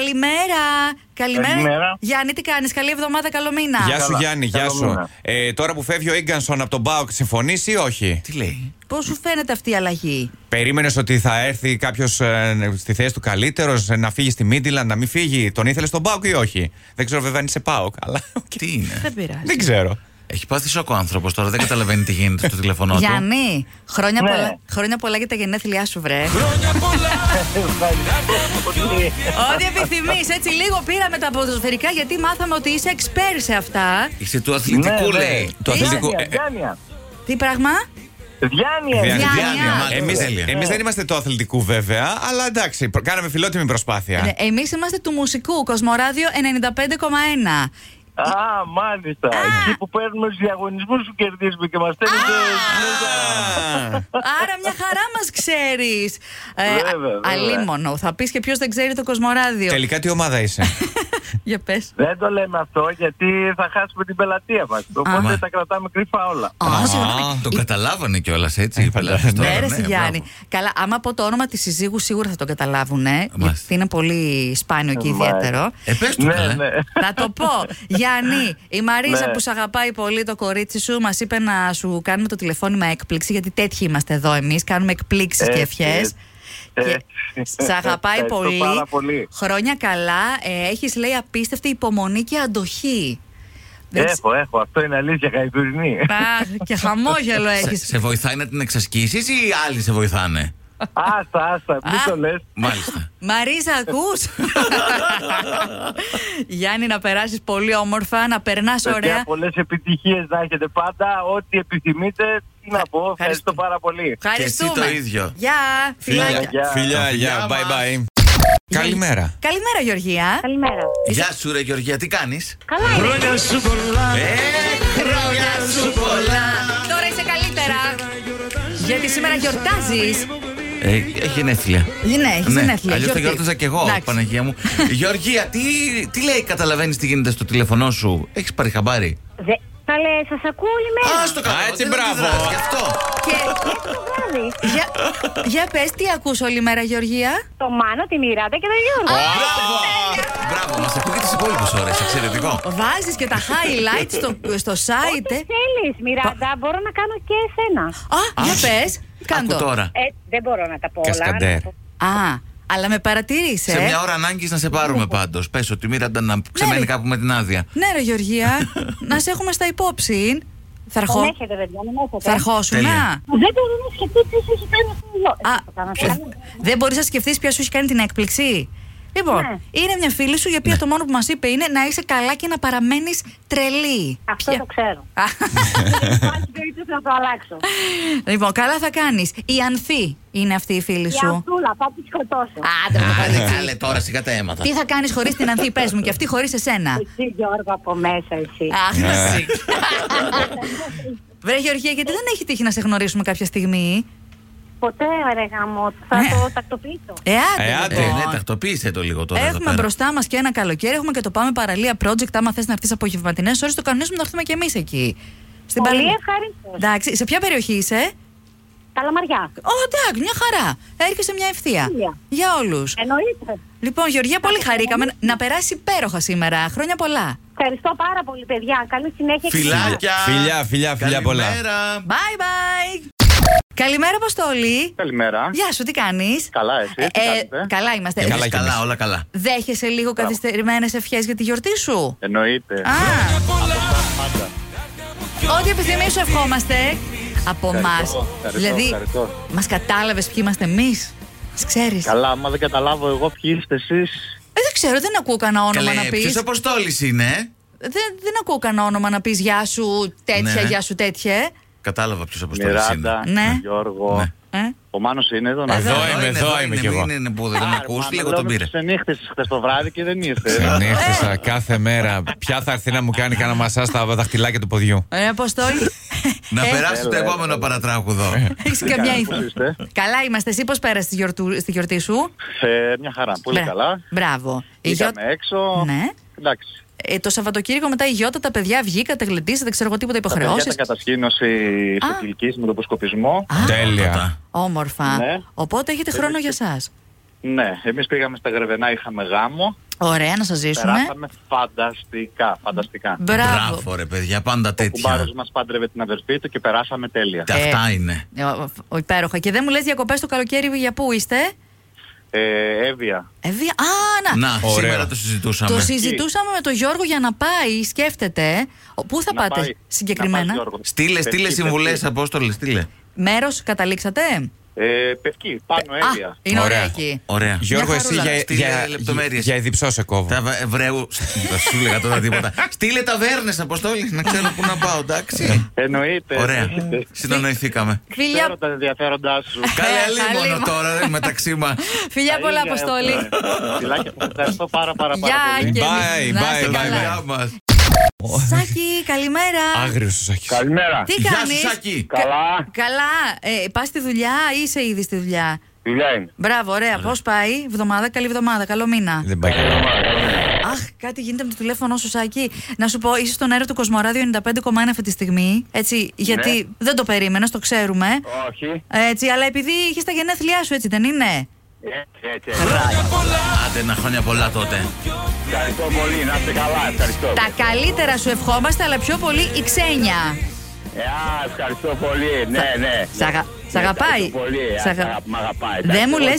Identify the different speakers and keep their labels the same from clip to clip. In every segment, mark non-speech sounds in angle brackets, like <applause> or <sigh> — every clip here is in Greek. Speaker 1: Καλημέρα. Καλημέρα.
Speaker 2: Καλημέρα.
Speaker 1: Γιάννη, τι κάνεις. Καλή εβδομάδα, καλό μήνα.
Speaker 3: Γεια σου
Speaker 2: Καλά.
Speaker 3: Γιάννη, γεια
Speaker 2: Καλό
Speaker 3: σου.
Speaker 2: μήνα.
Speaker 3: Ε, τώρα που φεύγει ο Ίγκανσον από τον Μπάουκ, συμφωνείς ή όχι.
Speaker 4: Τι λέει.
Speaker 1: Πώς σου φαίνεται αυτή η αλλαγή,
Speaker 3: Περίμενες ότι θα έρθει κάποιος στη θέση του καλύτερος να φύγει στη Μίτιλαντ, να μην φύγει. Τον ήθελες στον Μπάουκ ή όχι. Δεν ξέρω βέβαια αν είσαι Πάουκ, αλλά. <laughs> οκ.
Speaker 4: Τι είναι.
Speaker 1: Δεν πειράζει.
Speaker 3: Δεν ξέρω.
Speaker 4: Έχει πάθει σοκ ο άνθρωπος τώρα, δεν καταλαβαίνει τι γίνεται στο τηλεφωνό του.
Speaker 1: Γιάννη, χρόνια,
Speaker 2: Ναι.
Speaker 1: πολλά, χρόνια πολλά για τα γενέθλιά σου, βρε.
Speaker 2: Ευχαριστώ πολύ.
Speaker 1: Ό,τι επιθυμείς. Έτσι, λίγο πήραμε τα ποδοσφαιρικά γιατί μάθαμε ότι είσαι εξπέρ σε αυτά.
Speaker 4: Είσαι του αθλητικού, Ε,
Speaker 2: Ναι, ναι.
Speaker 4: λέει.
Speaker 3: Του αθλητικού.
Speaker 2: Διάνοια, διάνοια.
Speaker 1: Τι πράγμα.
Speaker 2: Ε, Διάνοια,
Speaker 1: Διάνοια.
Speaker 3: Εμεί
Speaker 4: Τέλεια.
Speaker 3: δεν είμαστε του αθλητικού βέβαια, αλλά εντάξει, προ- κάναμε φιλότιμη
Speaker 2: Ναι.
Speaker 3: προσπάθεια.
Speaker 1: Εμεί Ε, είμαστε του μουσικού, Κοσμοράδιο 95,1.
Speaker 2: Α, μάλιστα. Εκεί που παίρνουμε τους διαγωνισμούς που κερδίζουμε και μας στέλνετε.
Speaker 3: Α,
Speaker 1: Άρα μια χαρά μας ξέρεις.
Speaker 2: Βέβαια, βέβαια.
Speaker 1: αλίμονο. Θα πεις και ποιος δεν ξέρει το Κοσμοράδιο.
Speaker 3: Τελικά τι ομάδα είσαι.
Speaker 1: <laughs> Για πες.
Speaker 2: Δεν το λέμε αυτό γιατί θα χάσουμε την πελατεία μας. Οπότε
Speaker 4: Άμα.
Speaker 2: τα κρατάμε κρυφά όλα.
Speaker 3: Α,
Speaker 4: Το καταλάβανε κιόλας έτσι.
Speaker 2: Ε,
Speaker 4: οι πελάτες τώρα,
Speaker 1: Ε, Ναι, ρε, εσύ, Γιάννη.
Speaker 4: μπράβο.
Speaker 1: Καλά, άμα πω το όνομα της συζύγου, σίγουρα θα το καταλάβουν.
Speaker 4: Μάλιστα.
Speaker 1: Γιατί είναι πολύ σπάνιο και
Speaker 2: Μάλιστα.
Speaker 1: ιδιαίτερο.
Speaker 4: Ε, πες του,
Speaker 2: Ναι,
Speaker 4: καλέ.
Speaker 2: ναι.
Speaker 1: Να το πω. Γιάννη, η Μαρίζα
Speaker 2: Ναι.
Speaker 1: που σε αγαπάει πολύ το κορίτσι σου μας είπε να σου κάνουμε το τηλεφώνημα έκπληξη, γιατί τέτοιοι είμαστε εδώ εμείς. Κάνουμε εκπλήξεις και
Speaker 2: Έτσι,
Speaker 1: ευχές.
Speaker 2: έτσι.
Speaker 1: Και
Speaker 2: Έτσι.
Speaker 1: σε αγαπάει
Speaker 2: Ευχαριστώ
Speaker 1: πολύ.
Speaker 2: πάρα πολύ.
Speaker 1: Χρόνια καλά. Ε, Έχεις λέει απίστευτη υπομονή και αντοχή. Δεν ξε-
Speaker 2: Έχω, έχω. Αυτό είναι αλήθεια γαϊδουρινή.
Speaker 1: Αχ, και χαμόγελο
Speaker 4: Σε,
Speaker 1: έχεις.
Speaker 4: σε βοηθάει να την εξασκήσεις ή άλλοι σε βοηθάνε.
Speaker 2: Άστα, άστα. Μην
Speaker 1: Α.
Speaker 2: το λες.
Speaker 1: Ε,
Speaker 4: Μάλιστα.
Speaker 1: Μαρίζα, ακούς! Γιάννη, να περάσεις πολύ όμορφα, να περνάς ωραία.
Speaker 2: Πολλές επιτυχίες να έχετε πάντα. Ό,τι επιθυμείτε. Τι να πω. Ευχαριστώ πάρα πολύ.
Speaker 1: Ευχαριστούμε.
Speaker 4: Και εσύ το ίδιο.
Speaker 1: Γεια, φιλάκια.
Speaker 2: Γεια.
Speaker 3: Φιλιά, γεια,
Speaker 4: Γεια μας.
Speaker 3: bye bye. Καλημέρα.
Speaker 1: Καλημέρα, Γεωργία.
Speaker 5: Καλημέρα.
Speaker 4: Γεια σου, ρε Γεωργία, τι κάνεις.
Speaker 5: Καλά είναι.
Speaker 4: Ε, χρόνια σου πολλά.
Speaker 1: Τώρα είσαι καλύτερα. Γιατί σήμερα γιορτάζεις.
Speaker 4: Ε, έχει γενέθλια.
Speaker 1: Ναι, έχεις γενέθλια,
Speaker 4: Αλλιώς θα
Speaker 1: γιορτή.
Speaker 4: γιόρταζα κι εγώ,
Speaker 1: Εντάξει.
Speaker 4: Παναγία μου. Γεωργία, τι, τι λέει, καταλαβαίνεις τι γίνεται στο τηλέφωνό σου. Έχεις πάρει χαμπάρι.
Speaker 5: Δε... Καλέ, σας ακούω όλη μέρα.
Speaker 4: Α το κάνω.
Speaker 3: Α, έτσι,
Speaker 4: δεν
Speaker 3: μπράβο.
Speaker 4: αντιδράς, Γι' αυτό.
Speaker 1: Και
Speaker 5: Το βράδυ.
Speaker 1: για, για πες τι ακούς όλη μέρα, Γεωργία.
Speaker 5: Το Μάνο, τη Μιράντα και τον Γιώργο.
Speaker 4: Μπράβο. Μπράβο, μας ακούει και τι υπόλοιπε ώρες. Εξαιρετικό.
Speaker 1: Βάζεις και τα highlights στο, στο site.
Speaker 5: Τι
Speaker 1: ε.
Speaker 5: θέλεις, Μιράντα, μπορώ να κάνω και εσένα.
Speaker 1: Α, για πες.
Speaker 4: Άκου
Speaker 1: Κάντο.
Speaker 4: τώρα.
Speaker 5: Ε, δεν μπορώ να τα πω όλα.
Speaker 3: Κασκαντέρ.
Speaker 5: να το-
Speaker 1: Α, αλλά με παρατήρησε.
Speaker 4: Σε μια ώρα ανάγκης να σε πάρουμε πάντως. Πες ότι η Μύραντα να ξεμένει
Speaker 1: Ναι, ρε.
Speaker 4: κάπου με την άδεια.
Speaker 1: Ναι, ρε Γεωργία, να σε έχουμε στα υπόψη. Θα, αρχώ...
Speaker 5: Τον έχετε, παιδιά, τον έχετε.
Speaker 1: θα αρχώσουμε.
Speaker 4: Τέλεια.
Speaker 5: Δεν μπορώ να σκεφτώ τι σου έχει κάνει αυτό εδώ.
Speaker 1: Α,
Speaker 5: Ε, το κάνω,
Speaker 1: ποιο-
Speaker 5: καλά.
Speaker 1: δεν μπορείς να σκεφτείς ποια σου έχει κάνει την έκπληξη. Λοιπόν,
Speaker 5: Ναι.
Speaker 1: είναι μια φίλη σου η οποία το μόνο που μας είπε είναι να είσαι καλά και να παραμένεις τρελή.
Speaker 5: Αυτό
Speaker 1: Ποια-
Speaker 5: το ξέρω.
Speaker 1: Α,
Speaker 5: Υπάρχει περίπτωση να το αλλάξω.
Speaker 1: <laughs> λοιπόν, καλά θα κάνεις. Η Ανθή είναι αυτή η φίλη
Speaker 5: Η
Speaker 1: σου.
Speaker 5: αυτούλα, θα τη σκοτώσω.
Speaker 1: Άντε, Ναι, ρε,
Speaker 4: Άντε,
Speaker 1: παιδί.
Speaker 4: καλέ, τώρα σιγά τα αίματα.
Speaker 1: Τι θα κάνεις χωρίς την Ανθή, πες μου, και αυτή χωρίς εσένα.
Speaker 5: Εσύ Γιώργο από μέσα εσύ.
Speaker 1: Αχ, εσύ. <laughs> Βρε Γεωργία, γιατί δεν έχει τύχει να σε γνωρίσουμε κάποια στιγμή.
Speaker 5: Ποτέ ρε γαμό, θα το τακτοποιήσω.
Speaker 1: Ναι. Ε, άντε,
Speaker 3: Ε, άντε,
Speaker 4: Ε,
Speaker 1: λοιπόν.
Speaker 4: ναι, τακτοποίησε το λίγο τώρα. εδώ
Speaker 1: Έχουμε
Speaker 4: πέρα.
Speaker 1: μπροστά μας και ένα καλοκαίρι. Έχουμε και το Πάμε Παραλία Project. Άμα θες να έρθεις απογευματινές ώρες, το κανονίζουμε να έρθουμε κι εμείς εκεί. Στην
Speaker 5: Πολύ
Speaker 1: παραλία.
Speaker 5: ευχαρίστως.
Speaker 1: Εντάξει, σε ποια περιοχή είσαι,
Speaker 5: Καλαμαριά.
Speaker 1: Ω, εντάξει, μια χαρά. Έρχεσαι μια ευθεία.
Speaker 5: Τέλεια.
Speaker 1: Για όλους.
Speaker 5: Ε, Εννοείται.
Speaker 1: Λοιπόν, Γεωργία, πολύ χαρήκαμε. Να περάσει υπέροχα σήμερα. Χρόνια πολλά.
Speaker 5: Ευχαριστώ πάρα πολύ, παιδιά. Καλή συνέχεια. και
Speaker 4: Φιλάκια.
Speaker 3: Φιλιά, φιλιά, φιλιά πολλά.
Speaker 4: Καλημέρα.
Speaker 1: Bye bye. Καλημέρα, Αποστόλη.
Speaker 6: Καλημέρα.
Speaker 1: Γεια σου, τι κάνεις.
Speaker 6: Καλά, εσύ, τι κάνετε?
Speaker 1: καλά είμαστε.
Speaker 3: Ε, Καλά
Speaker 4: Ε, Καλά,
Speaker 3: κι εμείς.
Speaker 4: καλά, όλα καλά.
Speaker 1: Δέχεσαι λίγο καθυστερημένες ευχές για τη γιορτή σου.
Speaker 6: Εννοείται.
Speaker 1: Α. Ό,τι επιθυμεί σου ευχόμαστε από εμά.
Speaker 6: ευχαριστώ,
Speaker 1: Δηλαδή,
Speaker 6: ευχαριστώ.
Speaker 1: μας κατάλαβες ποιοι είμαστε εμείς. Ξέρεις.
Speaker 6: Καλά, άμα δεν καταλάβω εγώ ποιοι είστε εσείς.
Speaker 1: Ε, δεν ξέρω, δεν ακούω κανένα όνομα
Speaker 4: Καλέ,
Speaker 1: να πεις.
Speaker 4: ποιος αποστόλης είναι. ε?
Speaker 1: Δεν, δεν ακούω κανένα όνομα να πεις Γεια σου τέτοια,
Speaker 4: Ναι.
Speaker 1: Γεια σου τέτοια.
Speaker 4: Κατάλαβα ποιος αποστολή είναι.
Speaker 6: Μιράντα,
Speaker 1: Ναι.
Speaker 6: Γιώργο.
Speaker 4: Ναι.
Speaker 1: Ε.
Speaker 6: Ο Μάνος είναι εδώ. να
Speaker 3: Εδώ
Speaker 6: δω.
Speaker 3: είμαι,
Speaker 4: είναι,
Speaker 3: εδώ είμαι
Speaker 4: είναι,
Speaker 3: κι εγώ.
Speaker 4: μην Είναι που δεν με ακούς, λίγο τον πήρε.
Speaker 6: Ξενύχτησε χθες το βράδυ και δεν ήρθες.
Speaker 3: Ναι. Ξενύχτησα κάθε μέρα. Ποια θα έρθει να μου κάνει κανένα μασά στα δαχτυλάκια του ποδιού.
Speaker 1: Ρε, ε, Αποστόλη.
Speaker 4: <laughs> Να
Speaker 1: Ε,
Speaker 4: περάσει
Speaker 6: Έλα,
Speaker 4: το
Speaker 6: έλα,
Speaker 4: επόμενο
Speaker 6: έλα.
Speaker 4: παρατράγουδο.
Speaker 1: Έχει καμιά
Speaker 6: Καλά,
Speaker 1: ήθο.
Speaker 6: πώς είστε?
Speaker 1: Καλά είμαστε. Εσύ πώς πέρασες τη, γιορτού- στη γιορτή σου.
Speaker 6: Ε, μια χαρά, πολύ
Speaker 1: Μπρα-
Speaker 6: καλά.
Speaker 1: Μπράβο. Ναι. Η γιο-
Speaker 6: Πήγαμε έξω.
Speaker 1: Ναι.
Speaker 6: Εντάξει.
Speaker 1: Ε, το Σαββατοκύριακο μετά η Γιώτα, τα παιδιά βγήκατε, γλεντήσατε, ξέρω εγώ τίποτα
Speaker 6: Τα παιδιά
Speaker 1: υποχρεώσεις.
Speaker 6: τα κατασκήνωση
Speaker 1: Α.
Speaker 6: φιλική με τον ποσκοπισμό.
Speaker 3: Τέλεια.
Speaker 4: Αυτά.
Speaker 1: Όμορφα.
Speaker 6: Ναι.
Speaker 1: Οπότε έχετε χρόνο για εσά.
Speaker 6: Ναι, εμείς πήγαμε στα Γρεβενά, είχαμε
Speaker 1: Ναι.
Speaker 6: γάμο.
Speaker 1: Ωραία, να σας ζήσουμε.
Speaker 6: Περάσαμε φανταστικά, φανταστικά.
Speaker 1: Μπράβο.
Speaker 4: Μπράβο, ρε παιδιά, πάντα
Speaker 6: Ο κουμπάρο
Speaker 4: τέτοια.
Speaker 6: μας πάντρευε την αδερφή του και περάσαμε τέλεια.
Speaker 4: Τα αυτά είναι.
Speaker 1: Ε, ο- ο- Υπέροχα. Και δεν μου λες διακοπές το καλοκαίρι για πού είστε.
Speaker 6: Ε, έβια.
Speaker 1: Ε, δι- Α, να.
Speaker 4: Να,
Speaker 3: Ωραίο.
Speaker 4: σήμερα το συζητούσαμε.
Speaker 1: Το συζητούσαμε με τον Γιώργο για να πάει, σκέφτεται. Ο- Πού θα
Speaker 6: Να
Speaker 1: πάτε
Speaker 6: πάει- να
Speaker 1: συγκεκριμένα.
Speaker 6: πάει, Γιώργος.
Speaker 4: Στείλε,
Speaker 6: Πευκή,
Speaker 4: στείλε
Speaker 6: Πευκή.
Speaker 4: συμβουλέ, Απόστολε, στείλε.
Speaker 1: Μέρος καταλήξατε.
Speaker 6: Ε, πευκή, πάνω
Speaker 1: Α,
Speaker 6: έβια.
Speaker 1: είναι ωραία
Speaker 3: Ωραία.
Speaker 1: εκεί.
Speaker 4: Ωραία.
Speaker 3: Γιώργο, εσύ
Speaker 1: χαρούλα.
Speaker 3: για,
Speaker 4: Στείλε
Speaker 3: για,
Speaker 4: λεπτομέρειες.
Speaker 3: για ειδηψό σε κόβω.
Speaker 4: Τα βα- βρέου. Σου λέγα τώρα τίποτα. Στείλε ταβέρνε, Αποστόλη, να ξέρω πού να πάω, εντάξει.
Speaker 6: Εννοείται. Ε,
Speaker 4: Ωραία.
Speaker 6: εννοείται.
Speaker 4: Συνονοηθήκαμε.
Speaker 1: Φιλιά,
Speaker 6: Ξέρω τα ενδιαφέροντάς σου.
Speaker 4: Καλέ
Speaker 1: Ε, καλή
Speaker 4: αλίμονο
Speaker 1: μου.
Speaker 4: τώρα ρε, μεταξύ μας.
Speaker 1: φιλιά
Speaker 6: Τα
Speaker 1: πολλά,
Speaker 6: ίδια
Speaker 1: Αποστόλη.
Speaker 6: έχουμε. Φιλάκια, σας ευχαριστώ πάρα πάρα πάρα
Speaker 1: Γεια
Speaker 6: πολύ.
Speaker 1: και
Speaker 3: Bye,
Speaker 1: εμείς. Να είστε
Speaker 3: bye,
Speaker 1: καλά.
Speaker 4: Γεια μας.
Speaker 1: Σάκη, καλημέρα.
Speaker 3: Άγριος ο Σάκης.
Speaker 7: Καλημέρα.
Speaker 1: Τι
Speaker 4: Γεια σου,
Speaker 1: κάνεις?
Speaker 4: Σάκη.
Speaker 1: Κα-
Speaker 7: Καλά.
Speaker 1: Καλά. Ε, Πας στη δουλειά ή είσαι ήδη στη δουλειά.
Speaker 7: Δουλειά είναι.
Speaker 1: Μπράβο, ωραία. Πώς πάει, εβδομάδα, καλή εβδομάδα, καλό μήνα.
Speaker 4: Ε,
Speaker 3: Δεν πάει καλά.
Speaker 1: Αχ, κάτι γίνεται με το τηλέφωνο σου, Σάκη. Να σου πω, είσαι στον αέρα του Κοσμοράδιο 95,1 αυτή τη στιγμή. Έτσι, γιατί
Speaker 4: Ναι.
Speaker 1: δεν το περίμενες, το ξέρουμε.
Speaker 7: Όχι.
Speaker 1: Έτσι, αλλά επειδή είχες τα γενέθλιά σου, έτσι δεν είναι.
Speaker 7: Έτσι, έτσι. έτσι.
Speaker 4: Άντε να χρόνια πολλά τότε.
Speaker 7: Ευχαριστώ πολύ. Να είστε καλά. Ευχαριστώ.
Speaker 1: Τα καλύτερα σου ευχόμαστε, αλλά πιο πολύ η ξένια.
Speaker 7: Ε, α, ευχαριστώ πολύ. Ναι, ναι.
Speaker 1: Σ' αγα-
Speaker 7: Ναι,
Speaker 1: σ' αγαπάει.
Speaker 7: ευχαριστώ Πολύ.
Speaker 1: Σ'
Speaker 7: Σ'
Speaker 1: αγα-
Speaker 7: αγαπάει. Μ' αγαπάει.
Speaker 1: Δεν μου λε.
Speaker 7: λε.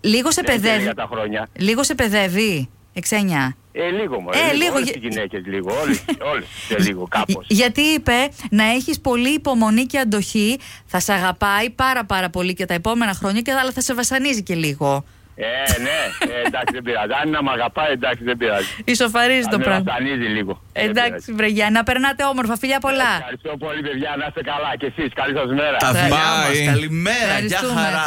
Speaker 1: Λίγο σε παιδεύει.
Speaker 7: Ε, Για τα χρόνια.
Speaker 1: Λίγο σε παιδεύει. Η ξένια.
Speaker 7: Ε, λίγο μου.
Speaker 1: Ε, λίγο,
Speaker 7: Όλες
Speaker 1: γε-
Speaker 7: οι γυναίκες λίγο. Όλες, όλες. Και λίγο κάπως.
Speaker 1: Γ- Γιατί είπε να έχεις πολύ υπομονή και αντοχή, θα σε αγαπάει πάρα πάρα πολύ και τα επόμενα χρόνια, και, αλλά θα σε βασανίζει και λίγο.
Speaker 7: Ε, ναι. Ε, εντάξει, δεν πειράζει. Αν να μ' αγαπάει, εντάξει, δεν πειράζει.
Speaker 1: Ισοφαρίζει το
Speaker 7: Αν με
Speaker 1: πράγμα.
Speaker 7: βασανίζει λίγο. δεν
Speaker 1: Εντάξει,
Speaker 7: πειράζει.
Speaker 1: Βρεγιά, να περνάτε όμορφα. Φιλιά πολλά.
Speaker 7: Ευχαριστώ πολύ, παιδιά. Να είστε καλά. Και εσείς. Καλή σας μέρα.
Speaker 4: Τα φιλιά
Speaker 3: Bye.
Speaker 4: μας, καλημέρα, γεια
Speaker 1: Ευχαριστούμε.
Speaker 4: χαρά.